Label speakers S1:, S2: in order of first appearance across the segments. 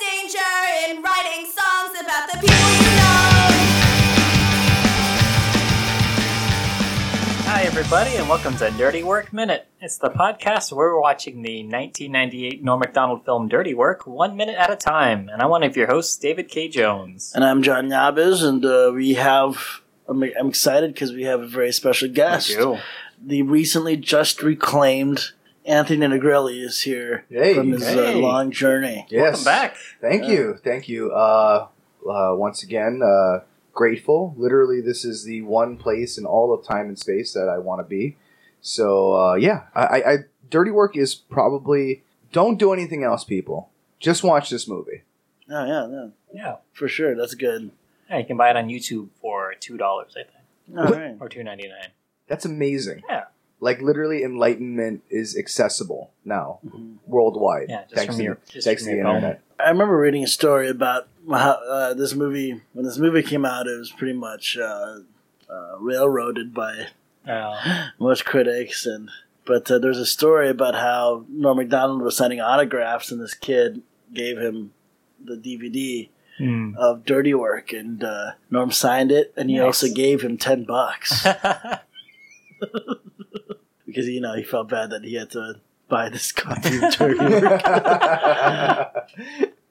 S1: danger in writing songs about the people you know.
S2: Hi, everybody, and welcome to Dirty Work Minute. It's the podcast where we're watching the 1998 Norm MacDonald film Dirty Work one minute at a time. And I'm one of your hosts, David K. Jones.
S3: And I'm John Yabes, and uh, we have. I'm, I'm excited because we have a very special guest. The recently just reclaimed Anthony Negrelli is here
S4: Hey.
S3: from his
S2: Hey.
S3: Uh, long journey.
S2: Welcome
S4: Yes.
S2: back.
S4: Thank you. Thank you. Uh, uh, once again, uh, grateful. Literally, this is the one place in all of time and space that I want to be. So, uh, yeah, I, I, I, Dirty Work is probably. Don't do anything else, people. Just watch this movie.
S3: Oh, yeah, yeah,
S2: Yeah.
S3: for sure. That's good.
S2: yeah. You can buy it on YouTube for $2, I think,
S3: All right.
S2: or two ninety nine.
S4: That's amazing.
S2: Yeah.
S4: Like, literally, enlightenment is accessible now
S3: Mhm.
S4: worldwide.
S2: Yeah, just
S4: thanks
S2: from
S4: to,
S2: your-
S4: the-
S2: just
S4: thanks
S2: from
S4: to the
S2: your phone.
S4: internet.
S3: I remember reading a story about how uh, this movie. When this movie came out, it was pretty much uh, uh, railroaded by
S2: Uh,
S3: most critics and but uh, there's a story about how norm mcdonald was signing autographs and this kid gave him the dvd
S2: hmm.
S3: of dirty work and uh, norm signed it and he
S2: Nice.
S3: also gave him 10 bucks because you know he felt bad that he had to buy this copy of dirty work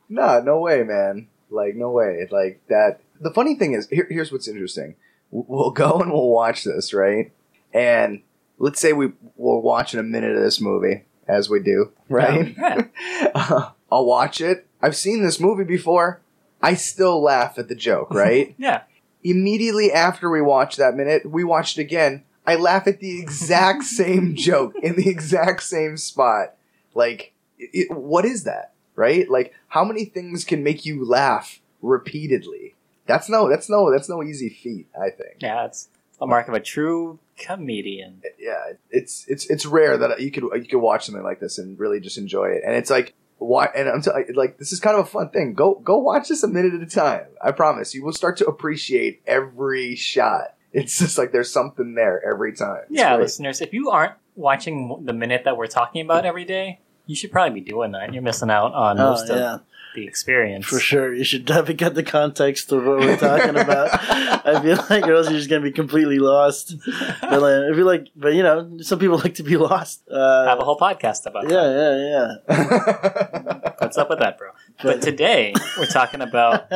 S4: nah, no way, man. Like, no way. Like that. The funny thing is, here, here's what's interesting. W- We'll go and we'll watch this, right? And let's say we we're watching a minute of this movie, as we do, right?
S2: Yeah.
S4: I'll watch it. I've seen this movie before. I still laugh at the joke, right?
S2: yeah.
S4: Immediately after we watch that minute, we watch it again. I laugh at the exact same joke in the exact same spot. Like, it, it- what is that? Right? Like, how many things can make you laugh repeatedly? That's no, that's no, that's no easy feat. I think.
S2: Yeah. It's the mark of a true comedian.
S4: Yeah, it's it's it's rare that you could you could watch something like this and really just enjoy it. And it's like why? And I'm t- like, this is kind of a fun thing. Go go watch this a minute at a time. I promise you will start to appreciate every shot. It's just like there's something there every time. It's
S2: yeah,
S4: great.
S2: listeners, if you aren't watching the minute that we're talking about every day, you should probably be doing that. You're missing out on
S3: oh
S2: most of
S3: yeah
S2: the experience.
S3: for sure you should definitely get the context of what we're talking about i feel like or else you're just gonna be completely lost but like, if you like but you know some people like to be lost uh,
S2: Have a whole podcast about
S3: yeah
S2: that.
S3: yeah yeah
S2: What's up with that, bro? But today we're talking about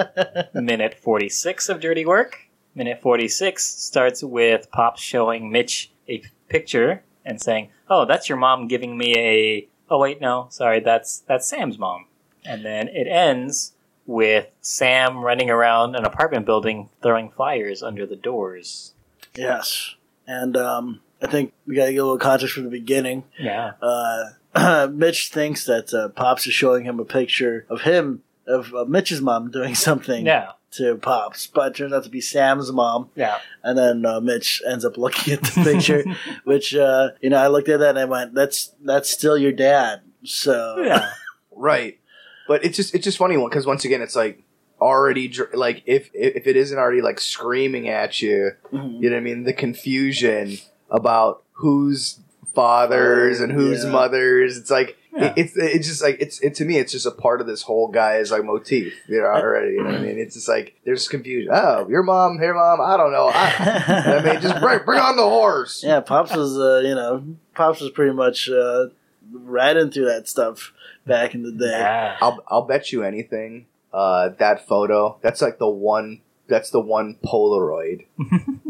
S2: minute 46 of Dirty Work. Minute 46 starts with Pop showing Mitch a picture and saying, "Oh, that's your mom giving me a Oh wait, no. Sorry, that's that's Sam's mom." And then it ends with Sam running around an apartment building throwing flyers under the doors.
S3: Yes. And um, I think we got to get a little context from the beginning.
S2: Yeah.
S3: Uh, Mitch thinks that uh, Pops is showing him a picture of him, of uh, Mitch's mom doing something
S2: Yeah.
S3: to Pops, but it turns out to be Sam's mom.
S2: Yeah.
S3: And then uh, Mitch ends up looking at the picture, which, uh, you know, I looked at that and I went, that's that's still your dad. So,
S2: Yeah.
S4: Right. But it's just it's just funny because once again it's like already dr- like if if it isn't already like screaming at you,
S3: Mhm.
S4: you know what I mean, the confusion about whose fathers and whose
S3: Yeah.
S4: mothers. It's like
S2: Yeah.
S4: it, it's it's just like it's it to me it's just a part of this whole guy's like motif, you know, already, you know what I mean? It's just like there's confusion. Oh, your mom, her mom, I don't know. I, you know what I mean, just bring, bring on the horse.
S3: yeah, Pops was, uh, you know, Pops was pretty much uh, riding through that stuff back in the day.
S2: Yeah.
S4: I'll I'll bet you anything. Uh, that photo. That's like the one. That's the one Polaroid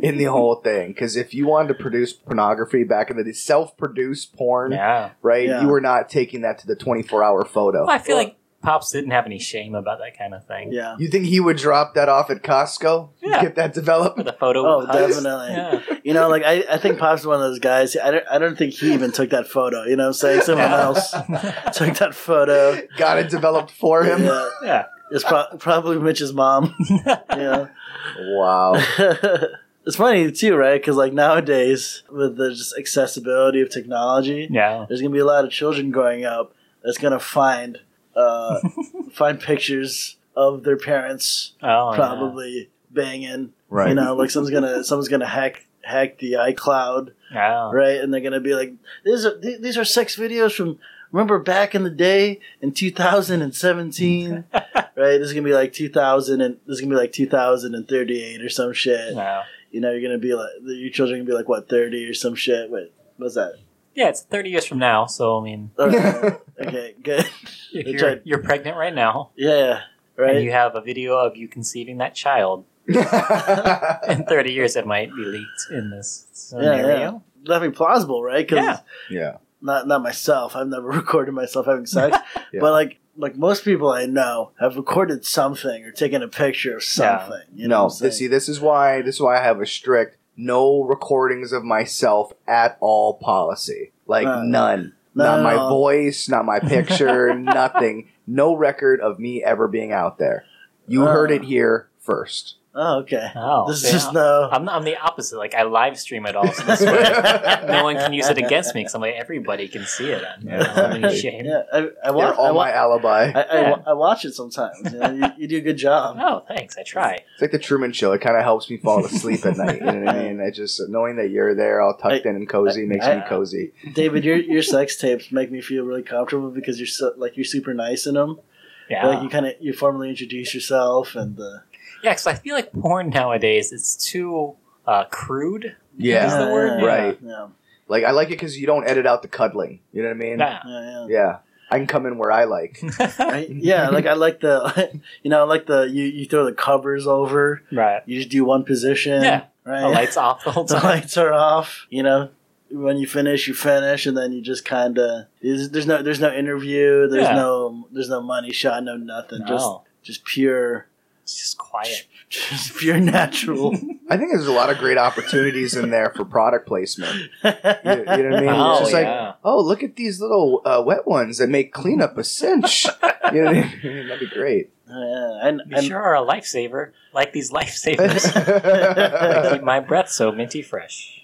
S4: in the whole thing. Because if you wanted to produce pornography back in the day, self-produced porn,
S2: Yeah.
S4: right?
S3: Yeah.
S4: You were not taking that to the 24-hour photo.
S2: Well, I feel like Pops didn't have any shame about that kind of thing.
S3: Yeah.
S4: you think he would drop that off at Costco?
S2: Yeah.
S4: Get that developed.
S2: With a photo.
S3: Oh,
S2: of us.
S3: definitely.
S2: Yeah.
S3: You know, like I, I think Pop's is one of those guys. I don't, I don't think he even took that photo. You know, what I'm saying someone
S2: Yeah.
S3: else took that photo.
S4: Got it developed for him.
S3: Yeah,
S2: yeah.
S3: it's pro- probably Mitch's mom. You know,
S4: Wow.
S3: it's funny too, right? Because like nowadays, with the just accessibility of technology,
S2: Yeah.
S3: there's gonna be a lot of children growing up that's gonna find uh, find pictures of their parents
S2: Oh, yeah.
S3: probably banging.
S4: Right.
S3: You know, like someone's gonna someone's gonna hack hack the iCloud
S2: Yeah.
S3: right? And they're gonna be like, "These are th- these are sex videos from Remember back in the day in 2017, right? This is gonna be like 2000 and this is gonna be like 2038 or some shit.
S2: Wow.
S3: You know, you're gonna be like your children are gonna be like what 30 or some shit. Wait, what's that?
S2: Yeah, it's 30 years from now, so I mean,
S3: All right. okay, good.
S2: if
S3: That's
S2: you're,
S3: right.
S2: you're pregnant right now
S3: Yeah,
S2: and
S3: right.
S2: you have a video of you conceiving that child, in 30 years it might be leaked in this scenario.
S3: That'd be plausible, right? 'Cause
S2: Yeah.
S4: yeah.
S3: not not myself. I've never recorded myself having sex,
S4: Yeah.
S3: but like like most people I know have recorded something or taken a picture of something. You know,
S4: no,
S3: what I'm
S4: see,
S3: saying?
S4: this is why this is why I have a strict no recordings of myself at all policy. Like
S3: Uh,
S4: none,
S3: no,
S4: not
S3: no,
S4: my
S3: no.
S4: voice, not my picture, nothing. No record of me ever being out there. You
S3: Uh.
S4: heard it here first.
S3: Oh, okay.
S2: Oh,
S3: this
S2: yeah.
S3: is just no.
S2: I'm, I'm the opposite. Like, I live stream it all, so this way no one can use it against me because I'm like, everybody can see it. I'm,
S4: Yeah.
S2: I'm in shame.
S3: yeah, I, I
S4: You're
S3: watch. I,
S4: all
S3: wa-
S4: my alibi.
S3: I, I,
S2: Yeah.
S3: wa- I watch it sometimes. You, know, you, you do a good job.
S2: Oh, thanks. I try.
S4: It's like the Truman Show. It kind of helps me fall asleep at night. You know what I mean? I just knowing that you're there, all tucked in and cozy, makes
S3: I-
S4: me cozy.
S3: David, your your sex tapes make me feel really comfortable because you're so, like you're super nice in them.
S2: Yeah.
S3: Like you kind of you formally introduce yourself and uh,
S2: Yeah, because I feel like porn nowadays is too uh, crude. Is
S4: Yeah,
S2: the word?
S3: yeah,
S4: Right.
S3: Yeah,
S4: like I like it because you don't edit out the cuddling. You know what I mean?
S2: Nah.
S3: yeah, yeah.
S4: Yeah, I can come in where I like.
S3: I, yeah, like I like the, you know, I like the you, you throw the covers over.
S2: right.
S3: You just do one position.
S2: Yeah.
S3: Right.
S2: The lights off the whole
S3: Oh. The
S2: time.
S3: lights are off. You know, when you finish, you finish, and then you just kind of there's, there's no there's no interview. There's
S2: Yeah.
S3: no there's no money shot. No nothing. Just
S2: No,
S3: just pure
S2: Oh. it's just quiet. Oh,
S3: just pure natural.
S4: I think there's a lot of great opportunities in there for product placement. You, you know what I mean?
S2: Oh,
S4: it's just
S2: yeah.
S4: like, oh, look at these little uh, wet ones that make cleanup a cinch. you know what I mean? That'd be great.
S3: yeah, and,
S2: You
S3: and
S2: sure are a lifesaver, like these lifesavers. I
S4: this
S2: keep my breath so minty fresh.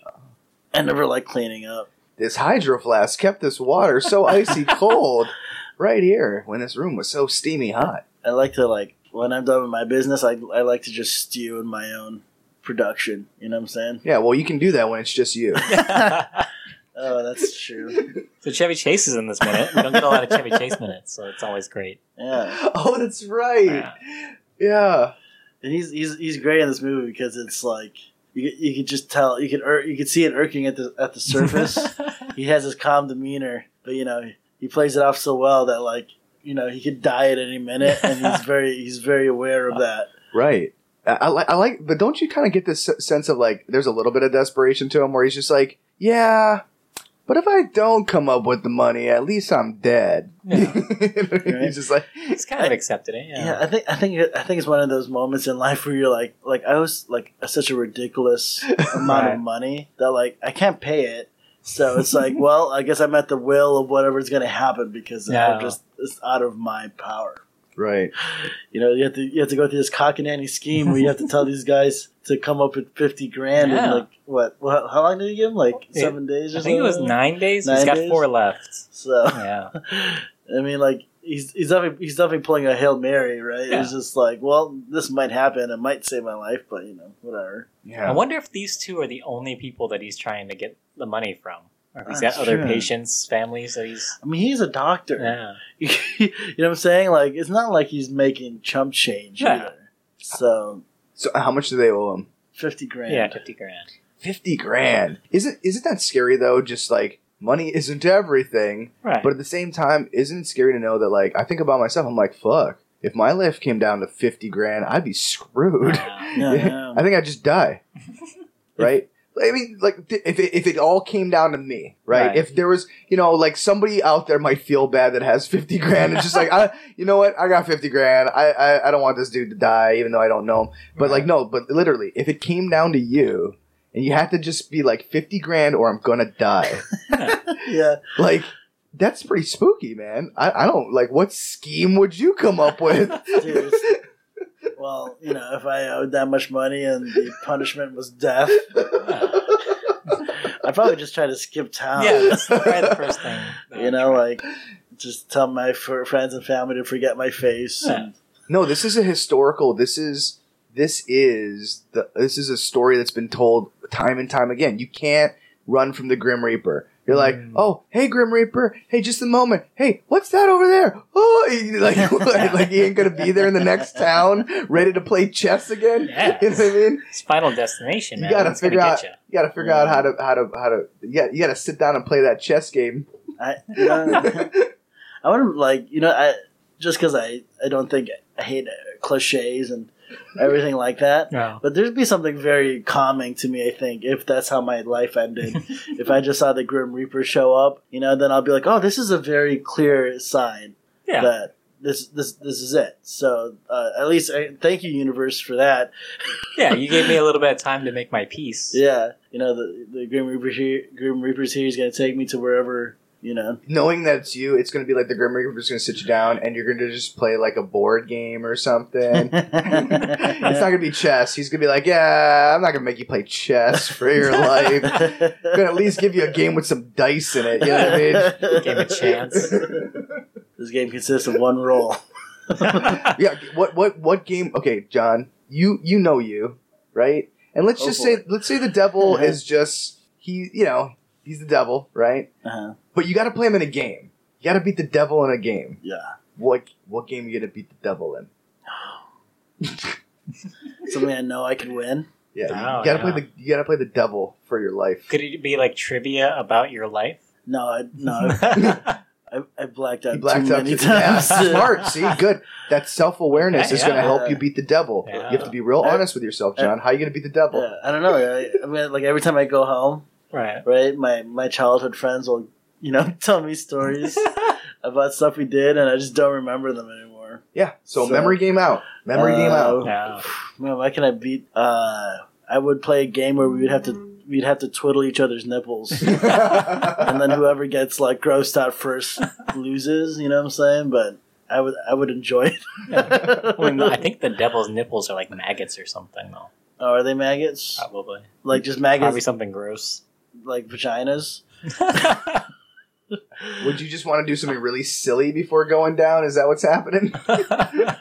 S3: I never like cleaning up.
S4: hydro flask kept this water so icy cold right here when this room was so steamy hot.
S3: I like to like when I'm done with my business. I I like to just stew in my own production. You know what I'm saying?
S4: Yeah, well, you can do that when it's just you.
S2: so
S3: Oh, that's true.
S2: Chevy Chase is in this minute. We don't get a lot of Chevy Chase minutes, so it's always great.
S3: Yeah.
S4: oh, that's right. Yeah.
S3: And he's he's he's great in this movie because it's like you you could just tell you could ir- you could see it irking at the at the surface. he has his calm demeanor, but you know he plays it off so well that like you know he could die at any minute, and he's very he's very aware of that.
S4: Right. I, I like. I like. But don't you kind of get this se- sense of like, there's a little bit of desperation to him, where he's just like, yeah. But if I don't come up with the money, at least I'm dead.
S2: Yeah.
S4: He's just like,
S2: He's kind of accepted it.
S3: Yeah.
S2: Yeah.
S3: I think I think I think it's one of those moments in life where you're like like I was like such a ridiculous amount
S2: Right.
S3: of money that like I can't pay it. So it's like, well, I guess I'm at the will of whatever's going to happen because
S2: Yeah.
S3: I'm just it's out of my power.
S4: right.
S3: You know, you have to you have to go through this cock and nanny scheme where you have to tell these guys to come up with fifty grand
S2: Yeah.
S3: in like what? Well, how long did you give him? Like
S2: It-
S3: seven days? Or
S2: I think it was
S3: something?
S2: nine days.
S3: Nine
S2: He's got
S3: days?
S2: four left.
S3: So
S2: Yeah.
S3: I mean, like he's he's definitely he's definitely pulling a hail mary, right?
S2: Yeah.
S3: It's just like, well, this might happen. It might save my life, but you know, whatever.
S2: I
S4: Yeah.
S2: wonder if these two are the only people that he's trying to get the money from. Or if he's got
S3: That's
S2: other
S3: true.
S2: patients, families that he's.
S3: I mean, he's a doctor.
S2: Yeah.
S3: you know what I'm saying? Like, it's not like he's making chump change
S2: Yeah.
S3: either. So
S4: So uh, how much do they owe him?
S3: fifty grand.
S2: Yeah, 50 grand.
S4: Fifty grand. Isn't isn't that scary though? Just like money isn't everything.
S2: Right.
S4: But at the same time, isn't it scary to know that like I think about myself, I'm like, fuck. If my life came down to fifty grand, I'd be screwed.
S2: Yeah.
S3: Yeah, yeah.
S4: I think I'd just die. right? I mean, like, th- if it, if it all came down to me, right?
S2: Right.
S4: If there was, you know, like somebody out there might feel bad that has 50 grand and just like, I, you know what? I got 50 grand. I, I, I don't want this dude to die, even though I don't know him. But like, no, but literally, if it came down to you and you had to just be like 50 grand or I'm going to die,
S3: yeah.
S4: like, that's pretty spooky, man. I, I don't, like, what scheme would you come up with?
S3: Seriously. Well, you know, if I owed that much money and the punishment was death,
S2: Yeah.
S3: I'd probably just try to skip town.
S2: Yeah, that's probably the first thing.
S3: You know, like just tell my fr- friends and family to forget my face. And,
S4: No, this is a historical. This is this is the this is a story that's been told time and time again. You can't run from the Grim Reaper. You're like,
S3: Mm.
S4: oh, hey, Grim Reaper, hey, just a moment, hey, what's that over there? Oh, he- like, like, he ain't gonna be there in the next town, ready to play chess again.
S2: Yes.
S4: You know what I mean?
S2: It's Final Destination,
S4: You
S2: man.
S4: gotta
S2: It's gonna
S4: figure out-
S2: get ya.
S4: You gotta figure out how
S3: Mm.
S4: to how to how to you gotta, you gotta sit down and play that chess game.
S3: I, you know, I wouldn't like you know I just because I I don't think I hate uh, cliches and everything like that.
S2: No.
S3: But there'd be something very calming to me, I think, if that's how my life ended. if I just saw the Grim Reaper show up, you know, then I'll be like, oh, this is a very clear sign
S2: Yeah.
S3: that this this this is it. So uh, at least I, thank you, universe, for that.
S2: yeah, you gave me a little bit of time to make my peace.
S3: Yeah, you know, the the Grim Reaper here, Grim Reaper's here. He's gonna take me to wherever. You know,
S4: Knowing that it's you, it's gonna be like the Grim Reaper's gonna sit you down and you're gonna just play like a board game or something. it's not gonna be chess. He's gonna be like, yeah, I'm not gonna make you play chess for your life. I'm gonna at least give you a game with some dice in it. You know what I mean?
S2: Give it a chance.
S3: This game consists of one Uh-huh. roll.
S4: yeah. What what what game? Okay, John, you you know you right, and let's
S3: Oh,
S4: just
S3: boy.
S4: say let's say the devil
S3: Uh-huh.
S4: is just he you know he's the devil right,
S3: Uh-huh.
S4: but you got to play him in a game. You got to beat the devil in a game.
S3: Yeah.
S4: What what game you gonna beat the devil in?
S3: Something I know I can win.
S4: Yeah, you-
S2: Oh,
S4: you gotta
S2: yeah.
S4: play the you gotta play the devil for your life.
S2: Could it be like trivia about your life?
S3: No, I, no, I, I blacked out
S4: He blacked
S3: too
S4: up.
S3: many
S4: to- yeah,
S3: times.
S4: smart. See, good. That self awareness
S2: Okay,
S4: is going to
S2: yeah.
S4: help you beat the devil.
S2: Yeah.
S4: You have to be real
S3: Uh,
S4: honest with yourself, John. How you going to beat the devil?
S3: Yeah, I don't know. I, I mean, like every time I go home,
S2: right.
S3: right, my my childhood friends will, you know, tell me stories about stuff we did, and I just don't remember them anymore.
S4: Yeah. So,
S3: So-
S4: memory game out. Memory game
S3: Uh,
S4: out.
S2: No.
S3: Man, why can I beat? Uh, I would play a game where we would have to we'd have to twiddle each other's nipples. and then whoever gets like grossed out first loses. You know what I'm saying? But I would I would enjoy it.
S2: I, mean, I think the devil's nipples are like maggots or something, though.
S3: oh, are they maggots?
S2: Probably.
S3: Like just
S2: Probably
S3: maggots,
S2: something gross.
S3: like vaginas?
S4: Would you just want to do something really silly before going down? Is that what's happening?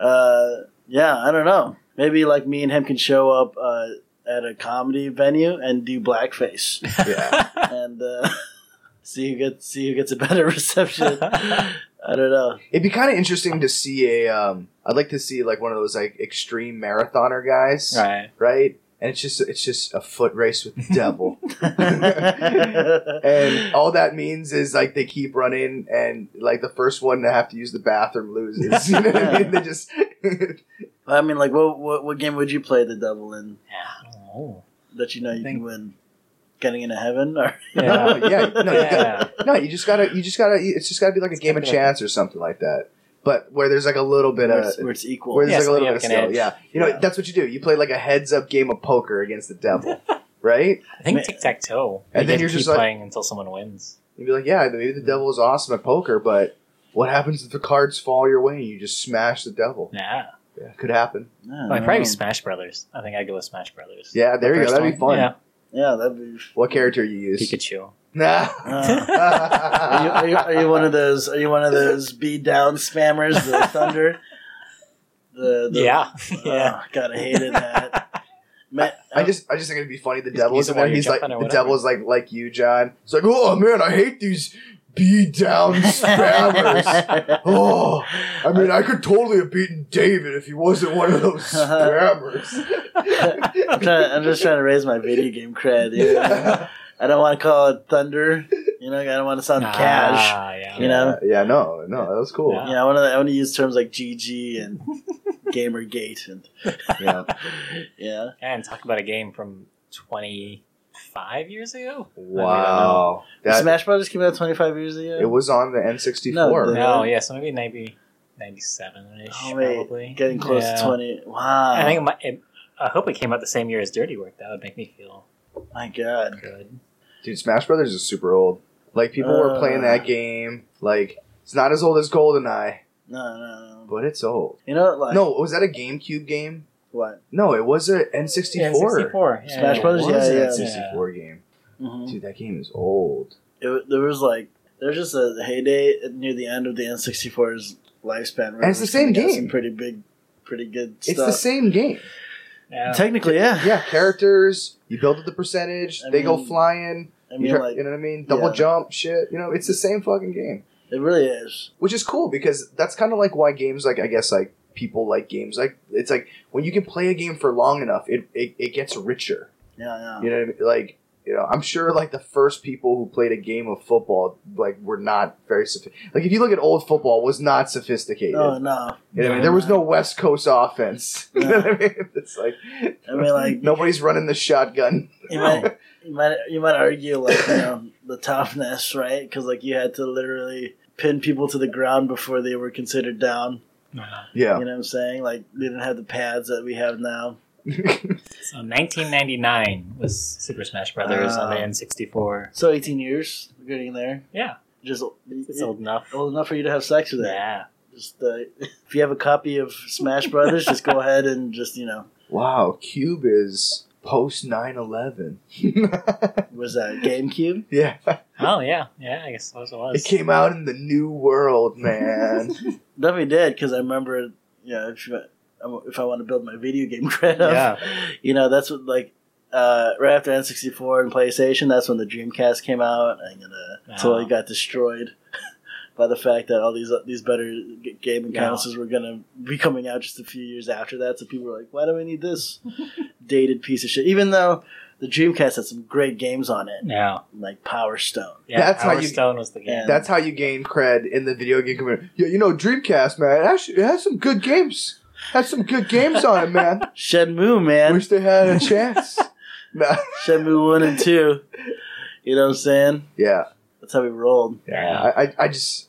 S3: Uh, yeah, I don't know. Maybe like me and him can show up uh, at a comedy venue and do blackface
S4: yeah.
S3: and uh, see who gets see who gets a better reception. I don't know.
S4: It'd be kind of interesting to see a. Um, I'd like to see like one of those like extreme marathoner guys,
S2: right.
S4: right? And it's just it's just a foot race with the devil. And all that means is like they keep running, and like the first one to have to use the bathroom loses. You know what I mean? They just
S3: I mean, like, what, what what game would you play the devil in?
S2: Yeah. Oh.
S3: that you know you
S2: Think-
S3: can win getting into heaven or
S4: no, yeah, no, you
S2: Yeah.
S4: gotta, no, you just gotta, you just gotta. It's just gotta be like a game of chance or something like that. But where there's like a little bit
S3: where,
S4: of
S3: it's, where it's equal.
S4: uh, where there's
S2: Yeah,
S4: like a little bit of
S2: something you
S4: skill.
S2: can
S4: Yeah,
S2: edge.
S4: you know
S3: Yeah.
S4: that's what you do. You play like a heads up game of poker against the devil, right?
S2: I think
S3: Man.
S2: tic tac toe.
S4: And then
S2: you
S4: you're
S2: keep
S4: just like-
S2: playing until someone wins.
S4: You'd be like, yeah, maybe the devil is awesome at poker, but what happens if the cards fall your way and you just smash the devil?
S2: Yeah.
S4: Yeah, could happen.
S3: Yeah,
S2: Well, I'd probably Smash Brothers. I think I'd go with Smash Brothers.
S4: Yeah, there you go.
S2: First
S4: That'd be
S2: one.
S4: fun.
S2: Yeah.
S3: yeah, that'd be.
S4: What character you use?
S2: Pikachu.
S4: Nah.
S3: Uh, are, you, are, you, are you one of those? Are you one of those beat down spammers? The thunder. The, the
S2: Yeah.
S3: oh,
S2: yeah.
S3: God, I hated that. Man,
S4: I just, I just think it'd be funny. The
S2: Just
S4: devil
S2: use
S4: is
S2: it
S4: in there.
S2: while you're
S4: He's like,
S2: jumping or
S4: the
S2: whatever.
S4: devil is like, like you, John. It's like, oh man, I hate these beat down spammers. oh, I mean, I could totally have beaten David if he wasn't one of those spammers.
S3: Uh-huh. I'm, trying, I'm just trying to raise my video game cred. you know?
S4: yeah,
S3: I don't want to call it thunder. You know, I don't want to sound cash.
S2: Ah, yeah.
S3: You know?
S4: yeah, no, no, that was cool.
S2: Yeah.
S3: Yeah, I want to. I want to use terms like GG and GamerGate and
S4: Yeah.
S3: yeah.
S2: And talk about a game from 25 years ago?
S4: Wow, that
S3: Smash Brothers came out 25 years ago.
S4: it was on the N64.
S3: No, the-
S2: No, yeah, so maybe 90, 97 ish,
S3: Oh, wait,
S2: probably.
S3: getting close
S2: Yeah.
S3: to 20. Wow.
S2: I think it, might- it, I hope it came out the same year as Dirty Work. That would make me feel
S3: My God.
S2: good.
S4: Dude, Smash Brothers is super old. Like people were
S3: Uh.
S4: playing that game. Like it's not as old as GoldenEye,
S3: No, no, no.
S4: but it's old.
S3: You know, like
S4: No, was that a GameCube game?
S3: what?
S4: No, it was a N64.
S2: N64. Yeah,
S3: Smash
S2: yeah.
S3: Brothers,
S4: It was
S3: yeah,
S4: an
S2: yeah.
S4: N64 game.
S2: Mm-hmm.
S3: Mhm.
S4: Dude, that game is old.
S3: It wa- there was like there's just a heyday near the end of the N64's lifespan. where
S4: And it's
S3: it was
S4: the same
S3: coming out
S4: game.
S3: Some pretty big, pretty good
S4: It's the
S3: stuff.
S4: same game.
S2: Yeah.
S3: Technically, yeah.
S4: Yeah, characters. You build up the percentage.
S3: I
S4: they go
S3: mean-
S4: flying.
S3: I
S4: you,
S3: mean,
S4: try-
S3: like
S4: you know what I mean? Double
S3: yeah.
S4: jump, shit. You know, it's the same fucking game,
S3: it really is.
S4: which is cool because that's kind of like why games like I guess like people like games like it's like when you can play a game for long enough, it it, it gets richer.
S3: Yeah, yeah.
S4: You know, what I mean? like you know, I'm sure like the first people who played a game of football like were not very sophi- like if you look at old football, was not sophisticated.
S3: Oh no!
S4: You know what I mean? There was no West Coast offense. you know what I mean? It's like
S3: I mean, like
S4: nobody's running the shotgun.
S3: you might, you might, you might argue like you know the toughness, right? Because like you had to literally pin people to the ground before they were considered down.
S4: Yeah.
S3: You know what I'm saying? Like they didn't have the pads that we have now.
S2: So 1999 was Super Smash Brothers on the
S3: Ah.
S2: N64.
S3: So 18 years, we're getting there.
S2: Yeah,
S3: Just
S2: it's old enough.
S3: old enough for you to have sex with that.
S2: Yeah.
S3: Just uh, if you have a copy of Smash Brothers, just go ahead and just you know,
S4: wow, Cube is post 9-11.
S3: was that GameCube?
S4: yeah.
S2: Oh yeah, yeah. I guess that's what it
S4: It
S2: was.
S4: came out in the new world, man.
S3: Definitely did because I remember, you know, if, you- if I want to build my video game credit,
S2: Yeah.
S3: you know, that's what like uh, right after N64 and PlayStation, that's when the Dreamcast came out and uh,
S2: Ah.
S3: totally got destroyed by the fact that all these uh, these better g- gaming
S2: Yeah.
S3: consoles were gonna be coming out just a few years after that. So people were like, "Why do we need this dated piece of shit?" Even though the Dreamcast had some great games on it,
S2: Yeah.
S3: like Power Stone.
S2: yeah.
S4: That's how
S2: Power
S4: you-
S2: Stone was the game.
S3: Yeah.
S4: That's how you gain cred in the video game community. Yeah, you know, Dreamcast, man. Actually, it has some good games. Had some good games on it, man.
S3: Shenmue, man.
S4: Wish they had a chance. Nah.
S3: Shenmue one and two. You know what I'm saying?
S4: Yeah.
S3: That's how we rolled.
S2: Yeah.
S4: I, I, I just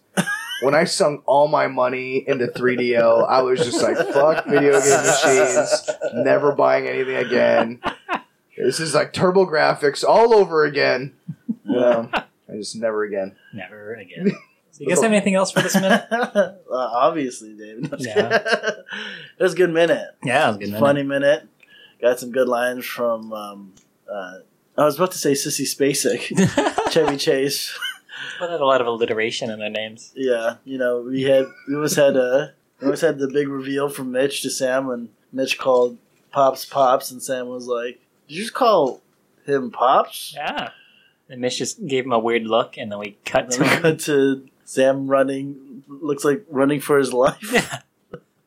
S4: when I sunk all my money into 3DO, I was just like, "Fuck video game machines, never buying anything again." This is like Turbo Graphics all over again. Yeah, I just never again.
S2: Never again. So you guys have anything else for this minute?
S3: Uh, obviously, David.
S2: Yeah.
S3: it was a good minute.
S2: yeah, it was a good.
S3: It was a
S2: minute.
S3: funny minute. Got some good lines from. Um, uh, I was about to say Sissy Spacek, Chevy Chase.
S2: But had a lot of alliteration in their names.
S3: Yeah, you know we had we always had uh we always had the big reveal from Mitch to Sam when Mitch called Pops Pops and Sam was like, "Did you just call him Pops?"
S2: Yeah. And Mitch just gave him a weird look, and then we cut
S3: And
S2: to
S3: then we
S2: him.
S3: cut to Sam running, looks like running for his life.
S2: Yeah.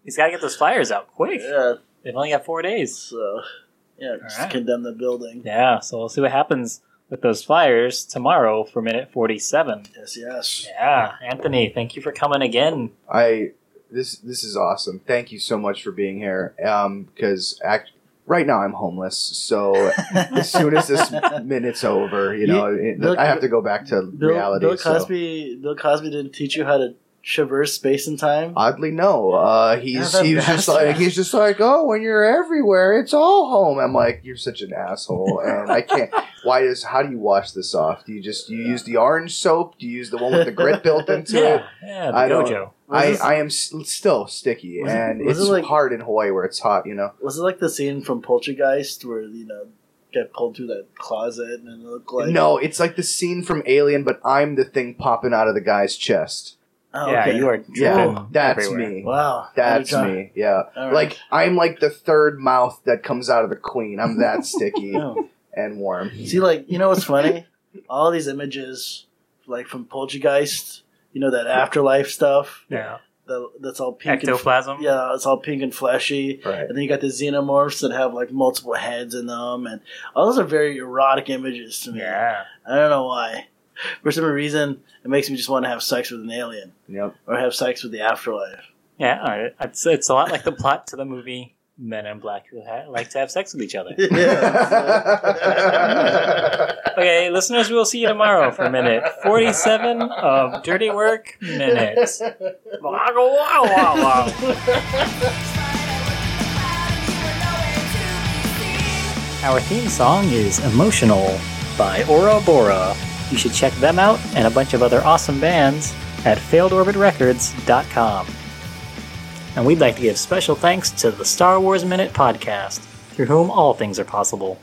S2: He's got to get those flyers out quick.
S3: Yeah,
S2: They've only got four days.
S3: so yeah, just
S2: right.
S3: condemn the building.
S2: Yeah, so we'll see what happens with those flyers tomorrow for minute 47.
S3: Yes, yes.
S2: Yeah, Anthony, thank you for coming again.
S4: I this this is awesome. Thank you so much for being here. Um, because act right now I'm homeless, so as soon as this minute's over, you know, it-
S3: Bill-
S4: I have to go back to
S3: Bill,
S4: reality.
S3: Bill
S4: so.
S3: Cosby, Bill Cosby didn't teach you how to traverse space and time.
S4: Oddly, no. Uh, he's
S3: Yeah, that
S4: he was just
S3: bastard.
S4: like he's just like, oh, when you're everywhere, it's all home. I'm like, you're such an asshole, and I can't. Why is how do you wash this off? Do you just you use the orange soap? Do you use the one with the grit built into it?
S2: Yeah, yeah, the
S4: I don't-
S2: dojo.
S3: Was
S4: I
S3: this-
S4: I am s- still sticky,
S3: Was it-
S4: and
S3: was
S4: it's
S3: it like-
S4: hard in Hawaii where it's hot. You know,
S3: Was it like the scene from Poltergeist where you know get pulled through that closet and it looked like
S4: no, it's like the scene from Alien, but I'm the thing popping out of the guy's chest.
S3: Oh,
S2: Yeah,
S3: okay.
S2: you are
S4: Yeah,
S2: dripping
S4: that's
S2: everywhere.
S4: me.
S3: wow.
S4: That's
S3: Good job.
S4: me. Yeah,
S3: All right.
S4: like I'm like the third mouth that comes out of the queen. I'm that sticky
S3: Oh.
S4: and warm.
S3: see, like you know what's funny? All these images, like from Poltergeist, you know that afterlife stuff.
S2: Yeah.
S3: That, that's all pink. And,
S2: Ectoplasm.
S3: yeah, it's all pink and fleshy.
S4: Right.
S3: And then you got the xenomorphs that have like multiple heads in them, and all those are very erotic images to me.
S2: Yeah.
S3: I don't know why. For some reason, it makes me just want to have sex with an alien
S4: Yep.
S3: or have sex with the afterlife.
S2: Yeah, it's, it's a lot like the plot to the movie Men in Black Who ha- Like to Have Sex with Each Other. Okay, listeners, we'll see you tomorrow for minute 47 of Dirty Work Minutes. Wow, wow, wow, wow. Our theme song is Emotional by Ora Bora. You should check them out and a bunch of other awesome bands at failedorbitrecords.com. And we'd like to give special thanks to the Star Wars Minute podcast, through whom all things are possible.